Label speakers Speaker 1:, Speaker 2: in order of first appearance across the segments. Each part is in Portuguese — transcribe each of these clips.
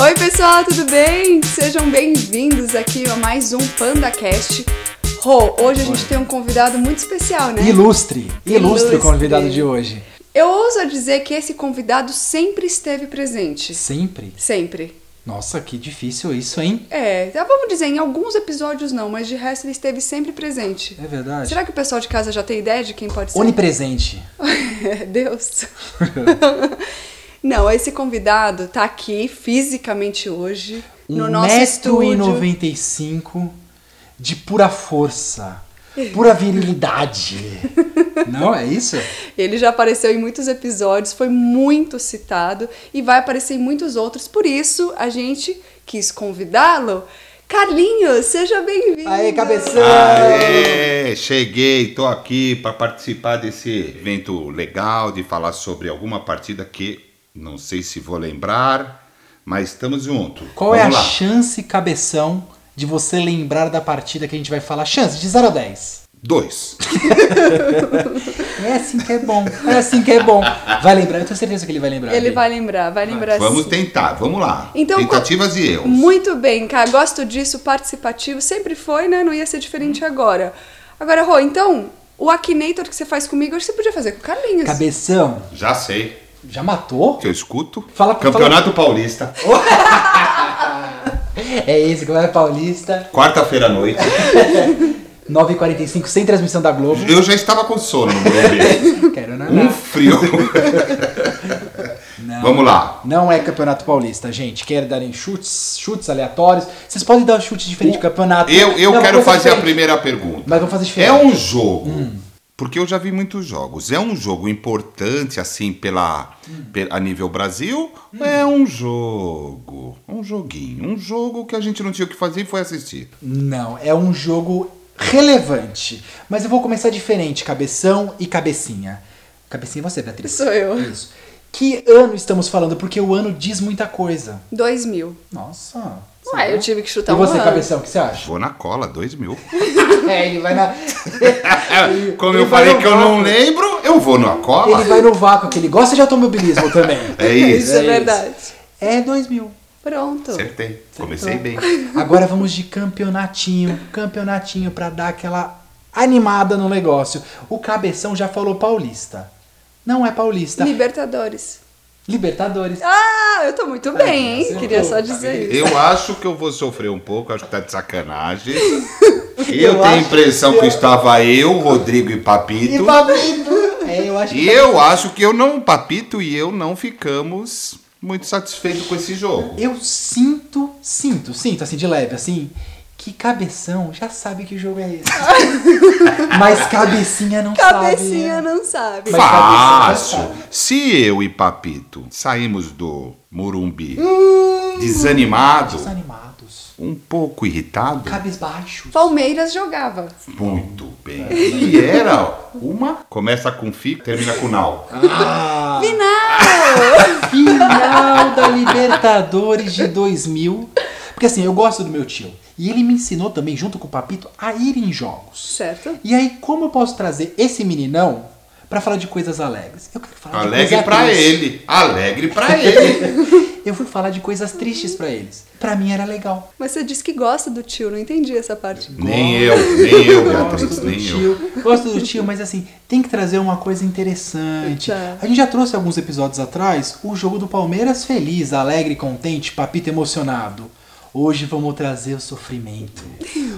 Speaker 1: Oi, pessoal, tudo bem? Sejam bem-vindos aqui a mais um PandaCast. Rô, hoje a gente tem um convidado muito especial, né?
Speaker 2: Ilustre, ilustre
Speaker 1: Ilustre.
Speaker 2: o convidado de hoje.
Speaker 1: Eu ouso dizer que esse convidado sempre esteve presente.
Speaker 2: Sempre.
Speaker 1: Sempre.
Speaker 2: Nossa, que difícil isso, hein?
Speaker 1: É, tá, vamos dizer, em alguns episódios não, mas de resto ele esteve sempre presente.
Speaker 2: É verdade.
Speaker 1: Será que o pessoal de casa já tem ideia de quem pode ser?
Speaker 2: Onipresente.
Speaker 1: Deus. Não, esse convidado tá aqui fisicamente hoje no nosso estúdio.
Speaker 2: 1,95m de pura força, pura virilidade. Não, é isso?
Speaker 1: Ele já apareceu em muitos episódios, foi muito citado e vai aparecer em muitos outros. Por isso, a gente quis convidá-lo. Carlinhos, seja bem-vindo.
Speaker 2: Aí, cabeção!
Speaker 3: Aê, cheguei, tô aqui para participar desse evento legal de falar sobre alguma partida que não sei se vou lembrar, mas estamos juntos.
Speaker 2: Qual é a
Speaker 3: Vamos lá.
Speaker 2: chance, cabeção, de você lembrar da partida que a gente vai falar? Chance de 0 a 10.
Speaker 3: Dois.
Speaker 2: É assim que é bom, é assim que é bom. Vai lembrar, eu tenho certeza que ele vai lembrar.
Speaker 1: Ele
Speaker 2: Bi.
Speaker 1: vai lembrar, vai lembrar
Speaker 3: Vamos
Speaker 1: sim.
Speaker 3: tentar, vamos lá.
Speaker 1: Então,
Speaker 3: Tentativas e erros.
Speaker 1: Muito bem, cara. Gosto disso, participativo. Sempre foi, né? Não ia ser diferente agora. Agora, Rô, então, o Akinator que você faz comigo, hoje você podia fazer com o Carlinhos.
Speaker 2: Cabeção,
Speaker 3: Já sei,
Speaker 2: já matou?
Speaker 3: que eu escuto.
Speaker 2: Fala-
Speaker 3: Campeonato Paulista,
Speaker 2: É esse, Campeonato Paulista,
Speaker 3: quarta-feira à noite.
Speaker 2: 9h45, sem transmissão da Globo.
Speaker 3: Eu já estava com sono no Morumbi.
Speaker 2: Quero
Speaker 3: Um
Speaker 2: naná.
Speaker 3: frio.
Speaker 2: Não.
Speaker 3: Vamos lá.
Speaker 2: Não é Campeonato Paulista, gente. Quero darem chutes, chutes aleatórios. Vocês podem dar um chute diferente do campeonato.
Speaker 3: Eu, eu
Speaker 2: Não,
Speaker 3: quero
Speaker 2: vamos
Speaker 3: fazer a
Speaker 2: diferente.
Speaker 3: primeira pergunta.
Speaker 2: Mas vamos fazer diferente.
Speaker 3: É um jogo. Porque eu já vi muitos jogos. É um jogo importante, assim, pela,
Speaker 2: Hum.
Speaker 3: pe- a nível Brasil? É um jogo. Um joguinho. Um jogo que a gente não tinha o que fazer e foi assistir.
Speaker 2: Não, é um jogo relevante. Mas eu vou começar diferente, cabeção e cabecinha. Cabecinha é você, Beatriz.
Speaker 1: Sou eu.
Speaker 2: Isso. Que ano estamos falando? Porque o ano diz muita coisa.
Speaker 1: Dois mil.
Speaker 2: Nossa.
Speaker 1: Ué, eu tive que
Speaker 2: E
Speaker 1: chutar um
Speaker 2: você,
Speaker 1: ano.
Speaker 2: cabeção, o que você acha?
Speaker 3: Vou na cola, dois mil. É,
Speaker 2: É, ele vai na.
Speaker 3: Como
Speaker 2: Ele
Speaker 3: eu
Speaker 2: vai
Speaker 3: falei
Speaker 2: no
Speaker 3: que eu não
Speaker 2: vácuo.
Speaker 3: lembro, eu vou na cola.
Speaker 2: Ele vai no vácuo, que ele gosta de automobilismo também.
Speaker 3: É
Speaker 1: Isso
Speaker 3: isso.
Speaker 1: é, verdade.
Speaker 2: É 2000.
Speaker 1: Pronto.
Speaker 3: Acertei. Comecei bem.
Speaker 2: Agora vamos de campeonatinho, campeonatinho pra dar aquela animada no negócio. O Cabeção já falou paulista. Não é paulista.
Speaker 1: Libertadores.
Speaker 2: Libertadores.
Speaker 1: Ah, eu tô muito bem, hein?
Speaker 2: você
Speaker 1: Queria
Speaker 2: não.
Speaker 1: só dizer isso.
Speaker 3: Eu acho que eu vou sofrer um pouco, acho que tá de sacanagem. Eu,
Speaker 2: Eu
Speaker 3: tenho a
Speaker 2: acho
Speaker 3: impressão
Speaker 2: que
Speaker 3: que,
Speaker 2: eu-
Speaker 3: estava eu, Rodrigo e Papito.
Speaker 2: E Babido. É, eu acho que
Speaker 3: E eu acho que eu não, Papito e eu não ficamos muito satisfeitos com esse jogo.
Speaker 2: eu sinto, sinto, sinto assim de leve, assim, que Cabeção já sabe que jogo é esse. Mas Cabecinha não
Speaker 1: Cabecinha
Speaker 2: sabe. né?
Speaker 1: não sabe.
Speaker 2: Mas-
Speaker 3: Fácil.
Speaker 2: cabeça, cabeça.
Speaker 3: Se eu e Papito saímos do Morumbi desanimado,
Speaker 2: Desanimados.
Speaker 3: um pouco irritado,
Speaker 2: Cabisbaixos.
Speaker 1: Palmeiras jogava.
Speaker 3: muito bem. E era uma. Começa com Fi, termina com Nau.
Speaker 2: Ah.
Speaker 1: Final!
Speaker 2: Final da Libertadores de 2000. Porque assim, eu gosto do meu tio. E ele me ensinou também, junto com o Papito, a ir em jogos.
Speaker 1: certo?
Speaker 2: E aí, como eu posso trazer esse meninão pra falar de coisas alegres? Eu quero falar de
Speaker 3: Alegre
Speaker 2: coisas
Speaker 3: pra ele. Alegre pra ele.
Speaker 2: Eu fui falar de coisas tristes pra eles. Pra mim era legal.
Speaker 1: Mas você disse que gosta do tio, não entendi essa parte.
Speaker 3: nem eu, nem eu, Beatriz,
Speaker 2: Gosto do
Speaker 3: nem eu.
Speaker 2: tio, gosto do tio, mas assim, tem que trazer uma coisa interessante.
Speaker 1: Tá.
Speaker 2: A gente já trouxe alguns episódios atrás o jogo do Palmeiras feliz, alegre, contente, papito emocionado. Hoje vamos trazer o sofrimento.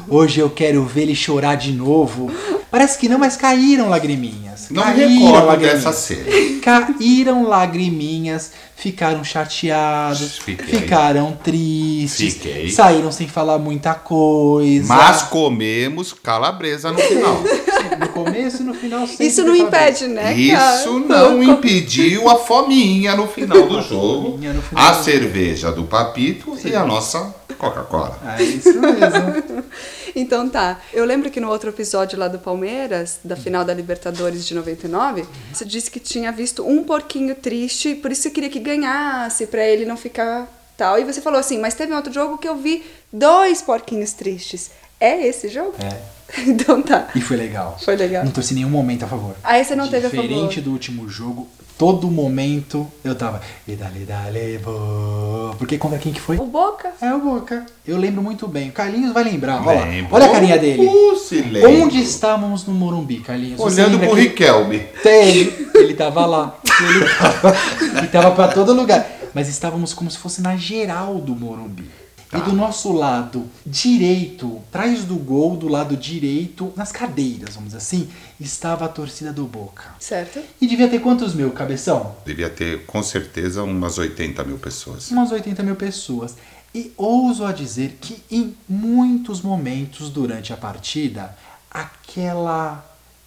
Speaker 2: Hoje eu quero ver ele chorar de novo. Parece que não, mas caíram lagriminhas.
Speaker 3: Não me
Speaker 2: caíram
Speaker 3: recordo
Speaker 2: lagriminhas.
Speaker 3: dessa cena.
Speaker 2: Caíram lagriminhas, ficaram chateados,
Speaker 3: Fiquei.
Speaker 2: ficaram tristes,
Speaker 3: Fiquei.
Speaker 2: saíram sem falar muita coisa.
Speaker 3: Mas comemos calabresa no final.
Speaker 2: No começo e no final sempre
Speaker 1: Isso não
Speaker 2: tem cabeça.
Speaker 1: impede, né, cara?
Speaker 3: Isso não impediu a fominha no final do jogo.
Speaker 2: Fominha no final
Speaker 3: A
Speaker 2: do jogo.
Speaker 3: cerveja do Papito e a nossa Coca-Cola.
Speaker 2: É isso mesmo.
Speaker 1: Então tá. Eu lembro que no outro episódio lá do Palmeiras, da final da Libertadores de 99, você disse que tinha visto um porquinho triste, por isso você queria que ganhasse, pra ele não ficar tal. E você falou assim, mas teve um outro jogo que eu vi dois porquinhos tristes. É esse jogo? É. Então tá.
Speaker 2: E foi legal.
Speaker 1: Foi legal.
Speaker 2: Não torci em nenhum momento a favor.
Speaker 1: Aí você não teve a
Speaker 2: Diferente
Speaker 1: favor.
Speaker 2: do último jogo, Todo momento eu tava. "E dale, dale, bo". Porque contra quem que foi?
Speaker 1: O Boca?
Speaker 2: É o Boca. Eu lembro muito bem. O Carlinhos vai lembrar. Ah, Olha, lá.
Speaker 3: Lembro.
Speaker 2: olha a carinha dele.
Speaker 3: Uh, se lembro.
Speaker 2: Onde estávamos no Morumbi, Carlinhos? Você
Speaker 3: Olhando
Speaker 2: lembra
Speaker 3: pro
Speaker 2: que-
Speaker 3: Riquelme.
Speaker 2: Até ele. Ele tava lá. Ele tava, e tava pra todo lugar. Mas estávamos como se fosse na geral do Morumbi. E do nosso lado direito, atrás do gol, do lado direito, nas cadeiras, vamos dizer assim, estava a torcida do Boca.
Speaker 1: Certo.
Speaker 2: E devia ter quantos mil, cabeção?
Speaker 3: Devia ter, com certeza, umas 80 mil pessoas.
Speaker 2: umas 80 mil pessoas. E ouso a dizer que em muitos momentos durante a partida, aquela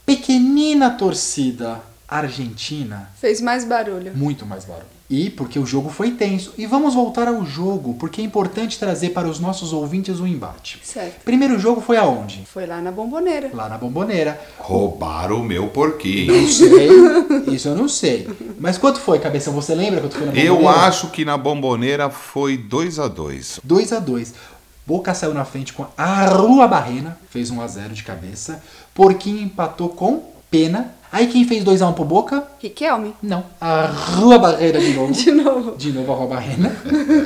Speaker 2: pequenina torcida argentina
Speaker 1: Fez mais barulho.
Speaker 2: muito mais barulho. E porque o jogo foi tenso. E vamos voltar ao jogo, porque é importante trazer para os nossos ouvintes o embate.
Speaker 1: Certo.
Speaker 2: Primeiro jogo foi aonde?
Speaker 1: Foi lá na bomboneira.
Speaker 2: Lá na Bomboneira.
Speaker 3: Roubaram o meu
Speaker 2: Não
Speaker 3: porquinho.
Speaker 2: sei, isso eu não sei. Mas quanto foi, Cabeção? Você lembra quanto foi na Bomboneira?
Speaker 3: Eu acho que na bomboneira foi 2 a 2
Speaker 2: 2 a 2 Boca saiu na frente com a Rua Barrena, fez 1 a 0 de cabeça. Porquinho empatou com Pena. Aí quem fez 2 a 1 pro Boca?
Speaker 1: Riquelme?
Speaker 2: Não, a Rua Barrena de novo.
Speaker 1: é, De novo.
Speaker 2: De novo a Rua Barrena.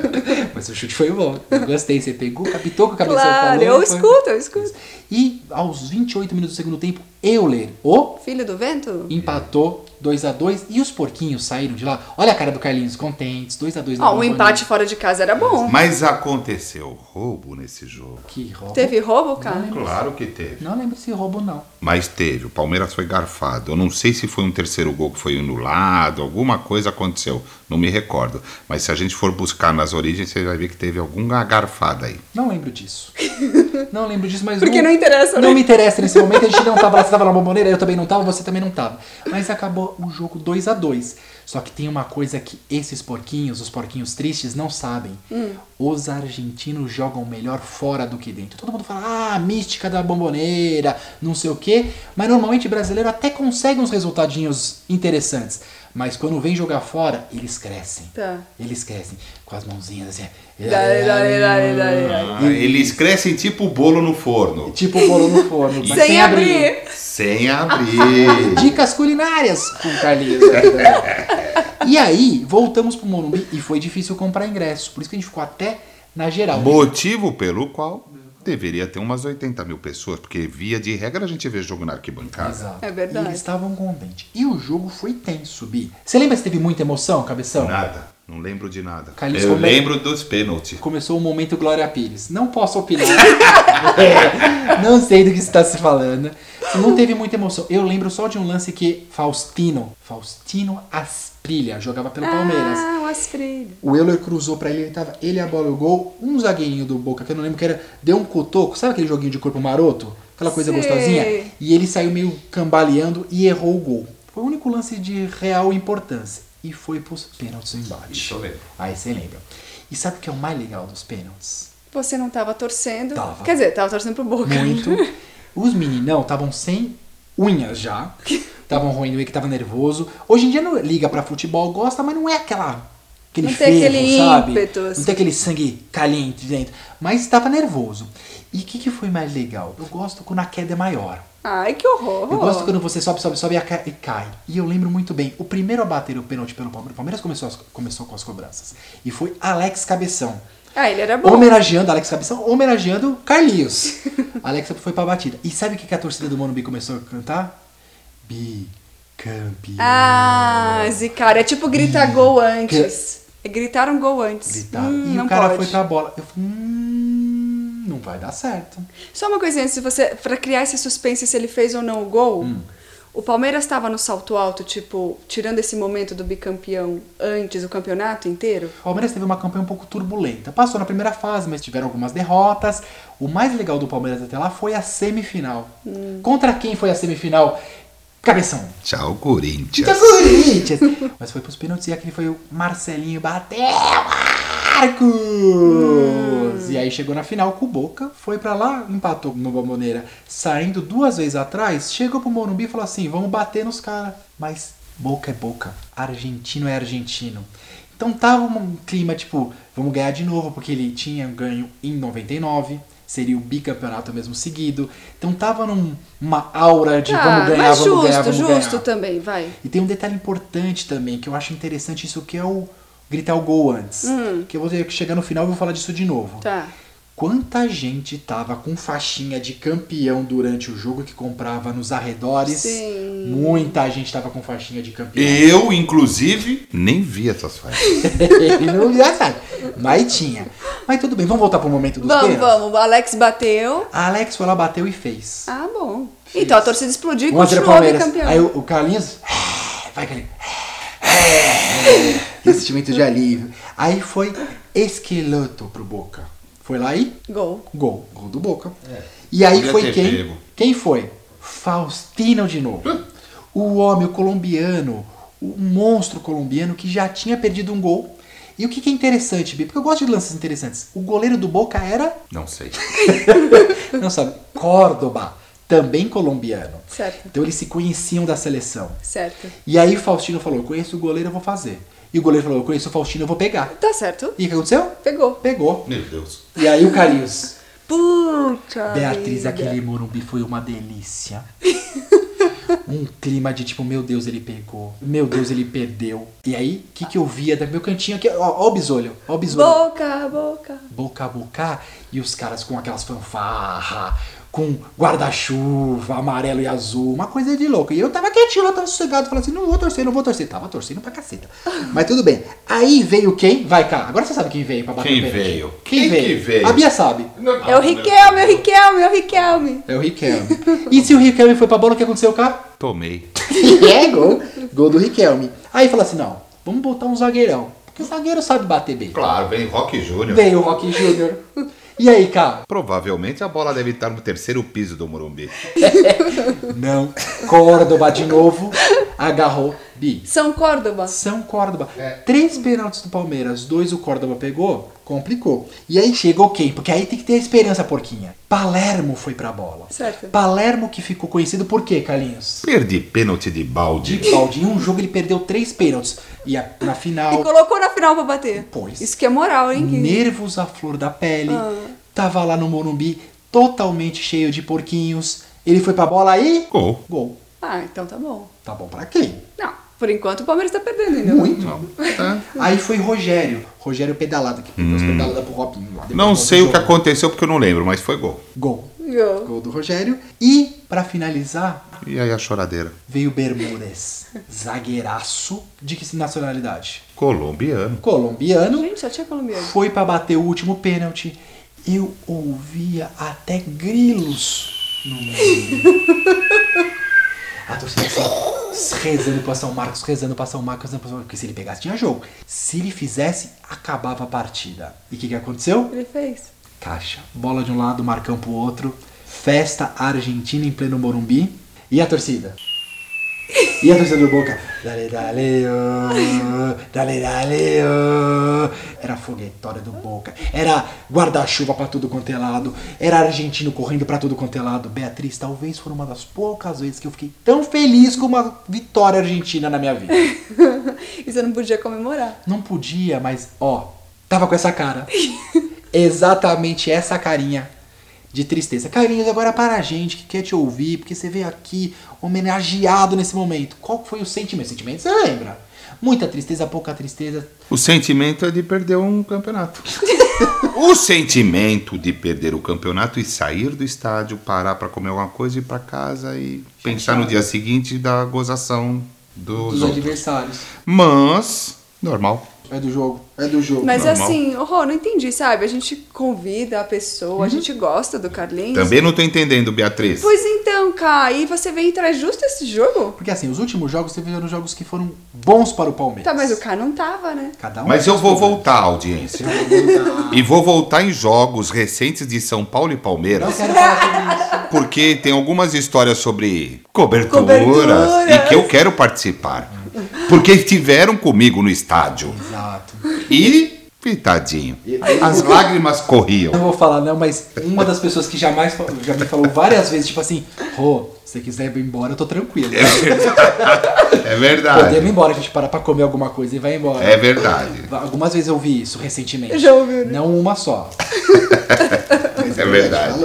Speaker 2: Mas o chute foi bom. Eu gostei, você pegou, captou com a cabeça
Speaker 1: Claro,
Speaker 2: falou,
Speaker 1: eu
Speaker 2: foi-
Speaker 1: escuto, eu escuto.
Speaker 2: E aos 28 minutos do segundo tempo, Euler, o
Speaker 1: Filho do vento?
Speaker 2: empatou 2 a 2 e os porquinhos saíram de lá. Olha a cara do Carlinhos, contentes, 2 a 2 na
Speaker 1: Ó, um
Speaker 2: Bomboneira.
Speaker 1: empate fora de casa era bom.
Speaker 3: Mas aconteceu roubo nesse jogo.
Speaker 2: Que roubo.
Speaker 1: Teve roubo, cara?
Speaker 3: Claro que teve.
Speaker 2: Não lembro se roubo não.
Speaker 3: Mas teve. O Palmeiras foi garfado. Eu não sei se foi um terceiro gol que foi anulado, alguma coisa aconteceu. Não me recordo. Mas se a gente for buscar nas origens, você vai ver que teve alguma garfada aí.
Speaker 2: Não lembro disso. Não lembro disso, mas.
Speaker 1: Porque não interessa, né?
Speaker 2: Não me interessa nesse momento. A gente não tava lá, você tava na bomboneira, eu também não tava, você também não tava. Mas acabou o jogo 2 a 2 Só que tem uma coisa que esses porquinhos, os porquinhos tristes, não sabem.
Speaker 1: Hum.
Speaker 2: Os argentinos jogam melhor fora do que dentro. Todo mundo fala, ah, mística da bomboneira, não sei o quê. Mas normalmente brasileiro até consegue uns resultadinhos interessantes. Mas quando vem jogar fora, eles crescem.
Speaker 1: Tá.
Speaker 2: Eles crescem com as mãozinhas assim.
Speaker 1: Dale, dale, dale, dale, dale.
Speaker 3: Ah, eles crescem tipo bolo no forno.
Speaker 2: Tipo o bolo no forno. mas
Speaker 1: Sem abrir.
Speaker 3: Sem abrir.
Speaker 2: Dicas culinárias com o Carlinhos. né? e aí, voltamos pro Morumbi e foi difícil comprar ingressos. Por isso que a gente ficou até na geral.
Speaker 3: Motivo pelo qual deveria ter umas 80 mil pessoas, porque via de regra a gente vê jogo na arquibancada.
Speaker 2: Exato.
Speaker 1: É verdade.
Speaker 2: E eles estavam contentes. E o jogo foi tenso, Bi. Você lembra se teve muita emoção, cabeção?
Speaker 3: Nada. Não lembro de nada.
Speaker 2: Calixto
Speaker 3: Eu
Speaker 2: Gomes.
Speaker 3: lembro dos pênaltis.
Speaker 2: Começou o momento Glória Pires. Não posso opinar. É, não sei do que está se falando. Não teve muita emoção. Eu lembro só de um lance que Faustino, Faustino Asprilha, jogava pelo Palmeiras.
Speaker 1: Ah, o Asfredo.
Speaker 2: O Euler cruzou pra ele, ele tava, ele a bola e o gol, um zagueirinho do Boca, que eu não lembro que era, deu um cotoco, sabe aquele joguinho de corpo maroto? Aquela coisa
Speaker 1: Sei.
Speaker 2: gostosinha? E ele saiu meio cambaleando e errou o gol. Foi o único lance de real importância. E foi pros pênaltis o embate.
Speaker 3: Isso eu lembro.
Speaker 2: Aí você lembra. E sabe o que é o mais legal dos pênaltis?
Speaker 1: Você não tava torcendo.
Speaker 2: Tava.
Speaker 1: Quer dizer, tava torcendo pro Boca.
Speaker 2: Muito. Os meninão estavam sem unhas já. Estavam ruim, que tava nervoso. Hoje em dia não liga pra futebol, gosta, mas não é aquela. Aquele
Speaker 1: Não tem
Speaker 2: fervo,
Speaker 1: aquele
Speaker 2: sabe?
Speaker 1: ímpeto,
Speaker 2: Não
Speaker 1: assim.
Speaker 2: tem aquele sangue caliente dentro. Mas estava nervoso. E o que, que foi mais legal? Eu gosto quando a queda é maior.
Speaker 1: Ai, que horror.
Speaker 2: Eu gosto quando você sobe, sobe, sobe e ca- e cai. E eu lembro muito bem, o primeiro a bater o pênalti pelo Palmeiras, o Palmeiras começou, as- começou com as cobranças. E foi Alex Cabeção
Speaker 1: Ah, ele era bom.
Speaker 2: homenageando Alex Cabeção, homenageando Carlinhos. Alex foi pra batida. E sabe o que que a torcida do Morumbi começou a cantar? Bicampeão.
Speaker 1: Ah, zicar. É tipo gritar gol antes. Gritaram gol antes.
Speaker 2: Gritaram.
Speaker 1: Hum,
Speaker 2: e
Speaker 1: não
Speaker 2: o cara
Speaker 1: pode.
Speaker 2: foi pra bola. Eu falei, hum, não vai dar certo.
Speaker 1: Só uma coisinha antes de você. Pra criar esse suspense se ele fez ou não o gol.
Speaker 2: Hum.
Speaker 1: O Palmeiras estava no salto alto, tipo, tirando esse momento do bicampeão antes do campeonato inteiro?
Speaker 2: O Palmeiras teve uma campanha um pouco turbulenta. Passou na primeira fase, mas tiveram algumas derrotas. O mais legal do Palmeiras até lá foi a semifinal.
Speaker 1: Hum.
Speaker 2: Contra quem foi a semifinal? Cabeção.
Speaker 3: Tchau,
Speaker 2: Então,
Speaker 3: Corinthians.
Speaker 2: Corinthians! Mas foi pros pênaltis e aquele foi o Marcelinho bateu Marcos! E aí chegou na final com o Boca, foi pra lá, empatou no Bomboneira, saindo duas vezes atrás, chegou pro Morumbi e falou assim: vamos bater nos caras. Mas Boca é Boca, argentino é argentino. Então tava um clima tipo, vamos ganhar de novo, porque ele tinha ganho em 99, seria o bicampeonato mesmo seguido. Então tava numa num, aura de vamos ganhar,
Speaker 1: Ah, mas
Speaker 2: vamos
Speaker 1: justo,
Speaker 2: ganhar, vamos
Speaker 1: justo
Speaker 2: ganhar.
Speaker 1: também, vai.
Speaker 2: E tem um detalhe importante também, que eu acho interessante isso, que é o gritar o gol antes. Que eu vou ter que chegar no final e vou falar disso de novo.
Speaker 1: Hum. Tá.
Speaker 2: Quanta gente tava com faixinha de campeão durante o jogo que comprava nos arredores?
Speaker 1: Sim.
Speaker 2: Muita gente tava com faixinha de campeão.
Speaker 3: Eu, inclusive, nem vi essas festas.
Speaker 2: Ele não já sabe. Mas tinha. Mas tudo bem, vamos voltar pro momento dos
Speaker 1: Vamos,
Speaker 2: pênaltis?
Speaker 1: vamos. O Alex bateu.
Speaker 2: A Alex foi lá, bateu e fez.
Speaker 1: Ah, bom. Então a torcida explodiu e
Speaker 2: Um a zero
Speaker 1: continuou bicampeão.
Speaker 2: Aí o, o Carlinhos. "Ah, Vai, Carlinhos. "Ah, é." Esse sentimento de alívio. Aí foi esqueleto pro Boca. Foi lá e
Speaker 1: Gol.
Speaker 2: gol. Gol do Boca. E aí
Speaker 3: É. Podia
Speaker 2: foi
Speaker 3: ter
Speaker 2: quem?
Speaker 3: pego.
Speaker 2: Quem foi? Faustino de novo. O homem, o colombiano, o monstro colombiano que já tinha perdido um gol. E o que, que é interessante, Bi? Porque eu gosto de lances interessantes. O goleiro do Boca era
Speaker 3: Não sei.
Speaker 2: não sabe, Córdoba, também colombiano.
Speaker 1: Certo.
Speaker 2: Então eles se conheciam da seleção.
Speaker 1: Certo.
Speaker 2: E aí o Faustino falou: Eu conheço o goleiro, eu vou fazer. E o goleiro falou: Eu conheço o Faustino, eu vou pegar.
Speaker 1: Tá certo.
Speaker 2: E o que aconteceu?
Speaker 1: Pegou.
Speaker 2: Pegou.
Speaker 3: Meu Deus.
Speaker 2: E aí o Carlinhos.
Speaker 1: Puta.
Speaker 2: Beatriz,
Speaker 1: vida.
Speaker 2: aquele Morumbi foi uma delícia. Um clima de tipo, meu Deus, ele pegou. Meu Deus, ele perdeu. E aí, o que, que eu via do meu cantinho aqui? Ó, ó o bisolho. Ó o bisolho.
Speaker 1: Boca, boca.
Speaker 2: boca a boca, e os caras com aquelas fanfarra, com guarda-chuva, amarelo e azul, uma coisa de louco. E eu tava quietinho, eu tava sossegado, falando assim, não vou torcer, não vou torcer. Tava torcendo pra caceta. Mas tudo bem. Aí veio quem? Vai cá. Agora você sabe quem veio pra bater
Speaker 3: Quem
Speaker 2: o pênalti.
Speaker 3: veio?
Speaker 2: Quem,
Speaker 3: Quem
Speaker 2: veio?
Speaker 3: que veio?
Speaker 2: A Bia sabe.
Speaker 1: É o Riquelme, é o Riquelme, é o Riquelme.
Speaker 2: É o Riquelme. e se o Riquelme foi pra bola, o que aconteceu, cara?
Speaker 3: Tomei.
Speaker 2: é gol. Gol do Riquelme. Aí fala assim, não, vamos botar um zagueirão. Porque o zagueiro sabe bater bem.
Speaker 3: Claro, vem Rock Júnior.
Speaker 2: Veio o Rock Júnior. E aí, cara?
Speaker 3: Provavelmente a bola deve estar no terceiro piso do Morumbi.
Speaker 2: Não. Córdoba de novo. Agarrou. Bi.
Speaker 1: São Córdoba.
Speaker 2: São Córdoba. Três pênaltis do Palmeiras. Dois o Córdoba pegou. Complicou. E aí chegou quem? Porque aí tem que ter esperança, porquinha. Palermo foi pra bola.
Speaker 1: Certo.
Speaker 2: Palermo que ficou conhecido por quê, Carlinhos?
Speaker 3: Perdi pênalti
Speaker 2: De
Speaker 3: de balde.
Speaker 2: balde. Em um jogo ele perdeu três pênaltis. E a- na
Speaker 1: E
Speaker 2: final,
Speaker 1: colocou na final pra bater.
Speaker 2: Pois.
Speaker 1: Isso que é moral, hein? que-
Speaker 2: nervos à flor da pele. Tava lá no Morumbi, totalmente cheio de porquinhos. Ele foi pra bola aí.
Speaker 3: Gol.
Speaker 2: Gol.
Speaker 1: Ah, então tá bom.
Speaker 2: Tá bom pra quem?
Speaker 1: Não, por enquanto o Palmeiras tá perdendo ainda.
Speaker 2: Muito.
Speaker 3: Tá.
Speaker 2: Aí foi Rogério. Rogério pedalado, que deu as pedaladas pro Robinho. lá depois
Speaker 3: Hum. Não
Speaker 2: do
Speaker 3: sei o que
Speaker 2: jogo.
Speaker 3: aconteceu porque eu não lembro, mas foi gol.
Speaker 2: Gol.
Speaker 1: Gol.
Speaker 2: Gol do Rogério. E, pra finalizar,
Speaker 3: E aí a choradeira?
Speaker 2: veio Bermudes. Zagueiraço de que nacionalidade?
Speaker 3: Colombiano.
Speaker 2: Colombiano.
Speaker 1: Gente, só tinha colombiano.
Speaker 2: Foi pra bater o último pênalti. Eu ouvia até grilos no mundo. A torcida assim, rezando pra São Marcos, rezando pra São Marcos, rezando pra São Marcos. Porque se ele pegasse, tinha jogo. Se ele fizesse, acabava a partida. E o que, que aconteceu?
Speaker 1: Ele fez.
Speaker 2: Caixa. Bola de um lado, Marcão pro outro. Festa argentina em pleno Morumbi. E a torcida? E a torcida do Boca? Dale, dale, oh, dale, dale, oh. Era foguetória do Boca. Era guarda-chuva pra tudo quanto é lado. Era argentino correndo pra tudo quanto é lado. Beatriz, talvez foi uma das poucas vezes que eu fiquei tão feliz com uma vitória argentina na minha vida.
Speaker 1: E você não podia comemorar.
Speaker 2: Não podia, mas ó, tava com essa cara. Exatamente essa carinha de tristeza. Carinhos, agora para a gente que quer te ouvir, porque você veio aqui homenageado nesse momento. Qual foi o sentimento? Sentimento, você lembra? Muita tristeza, pouca tristeza.
Speaker 3: O sentimento é de perder um campeonato. o sentimento de perder o campeonato e sair do estádio, parar pra comer alguma coisa e ir pra casa e pensar
Speaker 1: é
Speaker 3: no dia seguinte da gozação dos
Speaker 2: Dos
Speaker 3: outros.
Speaker 2: adversários.
Speaker 3: Mas, normal.
Speaker 2: É do jogo. É do jogo.
Speaker 1: Mas
Speaker 3: Normal.
Speaker 1: assim, oh, não entendi, sabe? A gente convida a pessoa, a gente gosta do Carlinhos.
Speaker 3: Também não tô entendendo, Beatriz.
Speaker 1: Pois então, cara, e você vem entrar justo esse jogo?
Speaker 2: Porque assim, os últimos jogos tiveram jogos que foram bons para o Palmeiras.
Speaker 1: Tá, mas o cara não tava, né?
Speaker 2: Cada um
Speaker 3: Mas
Speaker 2: tem
Speaker 3: eu
Speaker 2: seus
Speaker 3: vou
Speaker 2: problemas.
Speaker 3: voltar à audiência. E vou voltar em jogos recentes de São Paulo e Palmeiras.
Speaker 2: Não quero falar sobre isso.
Speaker 3: Porque tem algumas histórias sobre coberturas,
Speaker 1: Coberturas.
Speaker 3: e que eu quero participar. Porque estiveram comigo no estádio.
Speaker 2: Exato.
Speaker 3: E, pitadinho, as lágrimas
Speaker 2: Não
Speaker 3: corriam.
Speaker 2: vou falar não, mas uma das pessoas que jamais fa- já me falou várias vezes, tipo assim, Rô, se você quiser ir embora, eu tô tranquilo.
Speaker 3: É
Speaker 2: Podemos ir
Speaker 3: verdade.
Speaker 2: embora, a gente parar pra comer alguma coisa e vai embora.
Speaker 3: É verdade.
Speaker 2: Algumas vezes eu ouvi isso recentemente.
Speaker 1: Eu já ouvi, né?
Speaker 2: Não uma só.
Speaker 3: É verdade.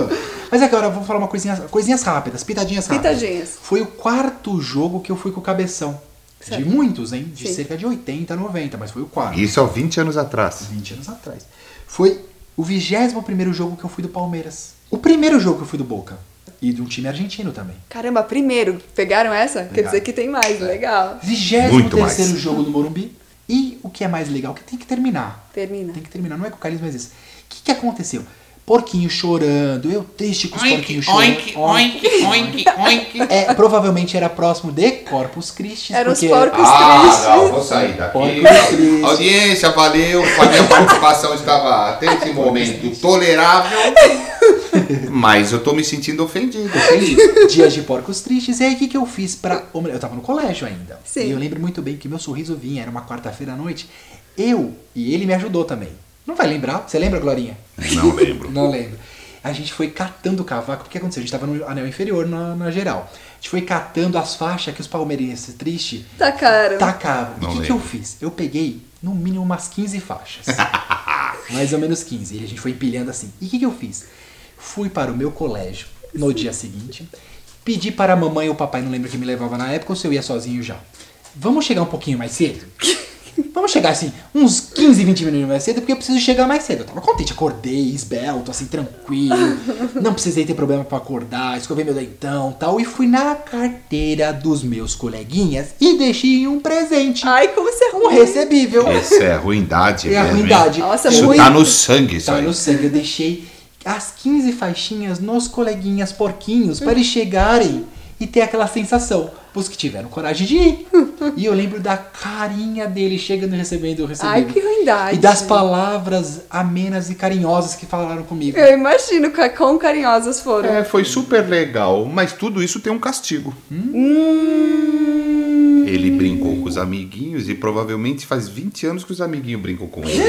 Speaker 2: Mas é agora eu vou falar uma coisinha, coisinhas rápidas, pitadinhas rápidas.
Speaker 1: Pitadinhas.
Speaker 2: Foi o quarto jogo que eu fui com o cabeção.
Speaker 1: Certo.
Speaker 2: De muitos, hein? De
Speaker 1: Sim.
Speaker 2: cerca de 80, 90, mas foi o quarto.
Speaker 3: Isso há 20 anos atrás.
Speaker 2: 20 anos atrás. Foi o 21 primeiro jogo que eu fui do Palmeiras. O primeiro jogo que eu fui do Boca. E de um time argentino também.
Speaker 1: Caramba, primeiro, pegaram essa? Quer dizer que tem mais, legal.
Speaker 2: 23
Speaker 3: Muito mais.
Speaker 2: terceiro jogo do Morumbi. E o que é mais legal, que tem que terminar.
Speaker 1: Termina.
Speaker 2: Tem que terminar, não é com o Carlinhos, mas isso. O que, que aconteceu? Porquinho chorando, eu triste com os porquinhos chorando. Oink.
Speaker 4: oink, oink.
Speaker 2: É, provavelmente era próximo de Corpus Christi.
Speaker 1: Eram os
Speaker 2: porque...
Speaker 1: porcos tristes.
Speaker 3: Ah, não, vou sair daqui.
Speaker 2: Porcos tristes.
Speaker 3: Audiência, valeu. A minha participação estava até esse momento tolerável. Mas eu tô me sentindo ofendido. sim.
Speaker 2: Dias de Porcos Tristes. E aí, o que, que eu fiz pra. Eu tava no colégio ainda.
Speaker 1: Sim.
Speaker 2: E eu lembro muito bem que meu sorriso vinha, era uma quarta-feira à noite. Eu e ele me ajudou também. Não vai lembrar? Você lembra, Glorinha?
Speaker 3: Não lembro.
Speaker 2: Não lembro. A gente foi catando cavaco. O que aconteceu? A gente tava no anel inferior, na, na geral. A gente foi catando as faixas que os palmeirenses tristes
Speaker 1: Tacaram.
Speaker 2: tacavam.
Speaker 3: Não
Speaker 2: O que, que
Speaker 3: lembro.
Speaker 2: eu fiz? Eu peguei, no mínimo, umas 15 faixas. Mais ou menos 15. E a gente foi empilhando assim. E o que, que eu fiz? Fui para o meu colégio no dia seguinte. Pedi para a mamãe ou o papai, não lembro quem me levava na época, ou se eu ia sozinho já. Vamos chegar um pouquinho mais cedo? Vamos chegar assim, uns 15, 20 minutos mais cedo, porque eu preciso chegar mais cedo. Eu tava contente, acordei, esbelto, assim, tranquilo. Não precisei ter problema pra acordar, escovei meu dentão tal. E fui na carteira dos meus coleguinhas e deixei um presente.
Speaker 1: Ai, como você é
Speaker 2: Um
Speaker 1: ruim.
Speaker 2: recebível.
Speaker 3: Essa é ruindade.
Speaker 2: É a
Speaker 3: mesmo, hein?
Speaker 2: ruindade.
Speaker 1: Nossa,
Speaker 3: Isso
Speaker 1: muito.
Speaker 3: tá no sangue, isso
Speaker 2: Tá
Speaker 3: aí.
Speaker 2: no sangue. Eu deixei as 15 faixinhas nos coleguinhas porquinhos para eles chegarem e ter aquela sensação. Os que tiveram coragem de ir. E eu lembro da carinha dele chegando e recebendo o recebido.
Speaker 1: Ai, que ruindade.
Speaker 2: E das palavras amenas e carinhosas que falaram comigo.
Speaker 1: Eu imagino ca- quão carinhosas foram.
Speaker 3: É, foi super legal, mas tudo isso tem um castigo. Ele brincou com os amiguinhos e provavelmente faz 20 anos que os amiguinhos brincam com ele.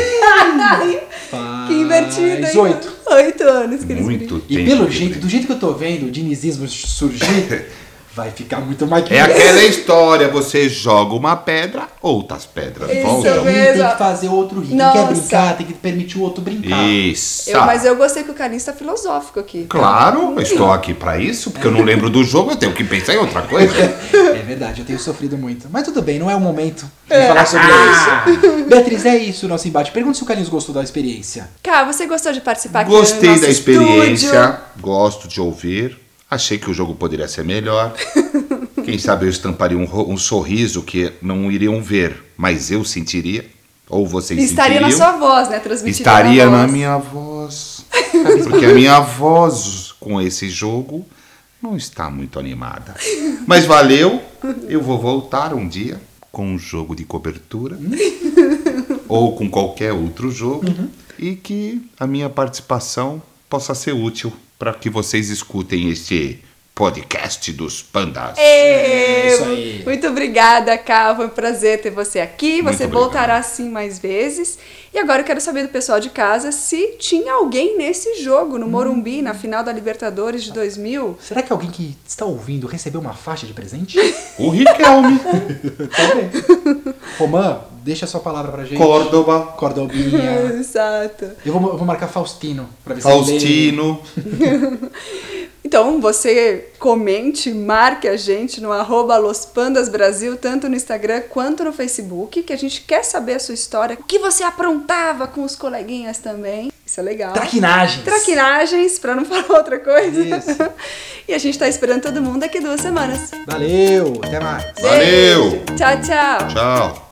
Speaker 2: Faz
Speaker 1: Que invertido, hein?
Speaker 2: Oito.
Speaker 1: Oito anos que eles brincam.
Speaker 3: Muito
Speaker 2: E
Speaker 3: tempo.
Speaker 2: pelo
Speaker 3: que
Speaker 2: jeito,
Speaker 3: brinca.
Speaker 2: do jeito que eu tô vendo o dinizismo surgir, vai ficar muito mais
Speaker 3: É aquela história, você joga uma pedra, outras pedras
Speaker 2: é
Speaker 1: Isso
Speaker 3: voltam.
Speaker 1: mesmo.
Speaker 2: Tem que fazer outro rir. Quem quer
Speaker 1: Nossa.
Speaker 2: brincar, tem que permitir o outro brincar.
Speaker 3: Isso.
Speaker 1: Tá.
Speaker 3: Ah,
Speaker 1: Eu- mas eu gostei que o Carlinhos tá filosófico aqui.
Speaker 3: Claro, eu estou aqui pra isso, porque eu não lembro do jogo, eu tenho que pensar em outra coisa.
Speaker 2: É verdade, eu tenho sofrido muito. Mas tudo bem, não é o momento de falar sobre isso. Beatriz, é isso o nosso embate. Pergunta se o Carlinhos gostou da experiência.
Speaker 1: Cara, você gostou de participar aqui do
Speaker 3: Gostei
Speaker 1: nosso
Speaker 3: da experiência,
Speaker 1: estúdio?
Speaker 3: gosto de ouvir. Achei que o jogo poderia ser melhor. Quem sabe eu estamparia um, ro- um sorriso que não iriam ver, mas eu sentiria. Ou vocês
Speaker 1: Estaria na
Speaker 3: sentiriam.
Speaker 1: sua voz, né? Transmitiria
Speaker 3: Estaria
Speaker 1: na,
Speaker 3: na
Speaker 1: voz.
Speaker 3: minha voz. Porque a minha voz com esse jogo não está muito animada. Mas valeu. Eu vou voltar um dia com um jogo de cobertura ou com qualquer outro jogo e que a minha participação possa ser útil para que vocês escutem este podcast dos pandas.
Speaker 1: Ê,
Speaker 2: É isso aí.
Speaker 1: Muito obrigada, Ká. Foi um prazer ter você aqui.
Speaker 3: Muito
Speaker 1: Você
Speaker 3: obrigado.
Speaker 1: voltará sim mais vezes. E agora eu quero saber do pessoal de casa se tinha alguém nesse jogo, no Morumbi, na final da Libertadores de 2000.
Speaker 2: Será que alguém que está ouvindo recebeu uma faixa de presente?
Speaker 3: O Riquelme,
Speaker 2: Talvez. Romã, deixa a sua palavra pra gente.
Speaker 3: Córdoba,
Speaker 2: Cordobinha.
Speaker 1: Exato.
Speaker 2: Eu vou, eu vou marcar Faustino pra ver se ele lê.
Speaker 3: Faustino.
Speaker 1: Então, você comente, marque a gente no arroba Los Pandas Brasil, tanto no Instagram quanto no Facebook, que a gente quer saber a sua história, o que você aprontava com os coleguinhas também. Isso é legal.
Speaker 2: Traquinagens.
Speaker 1: Traquinagens, pra não falar outra coisa.
Speaker 2: Isso.
Speaker 1: e a gente tá esperando todo mundo daqui duas semanas.
Speaker 2: Valeu, até mais.
Speaker 3: Valeu!
Speaker 1: Beijo. Tchau, tchau!
Speaker 3: Tchau.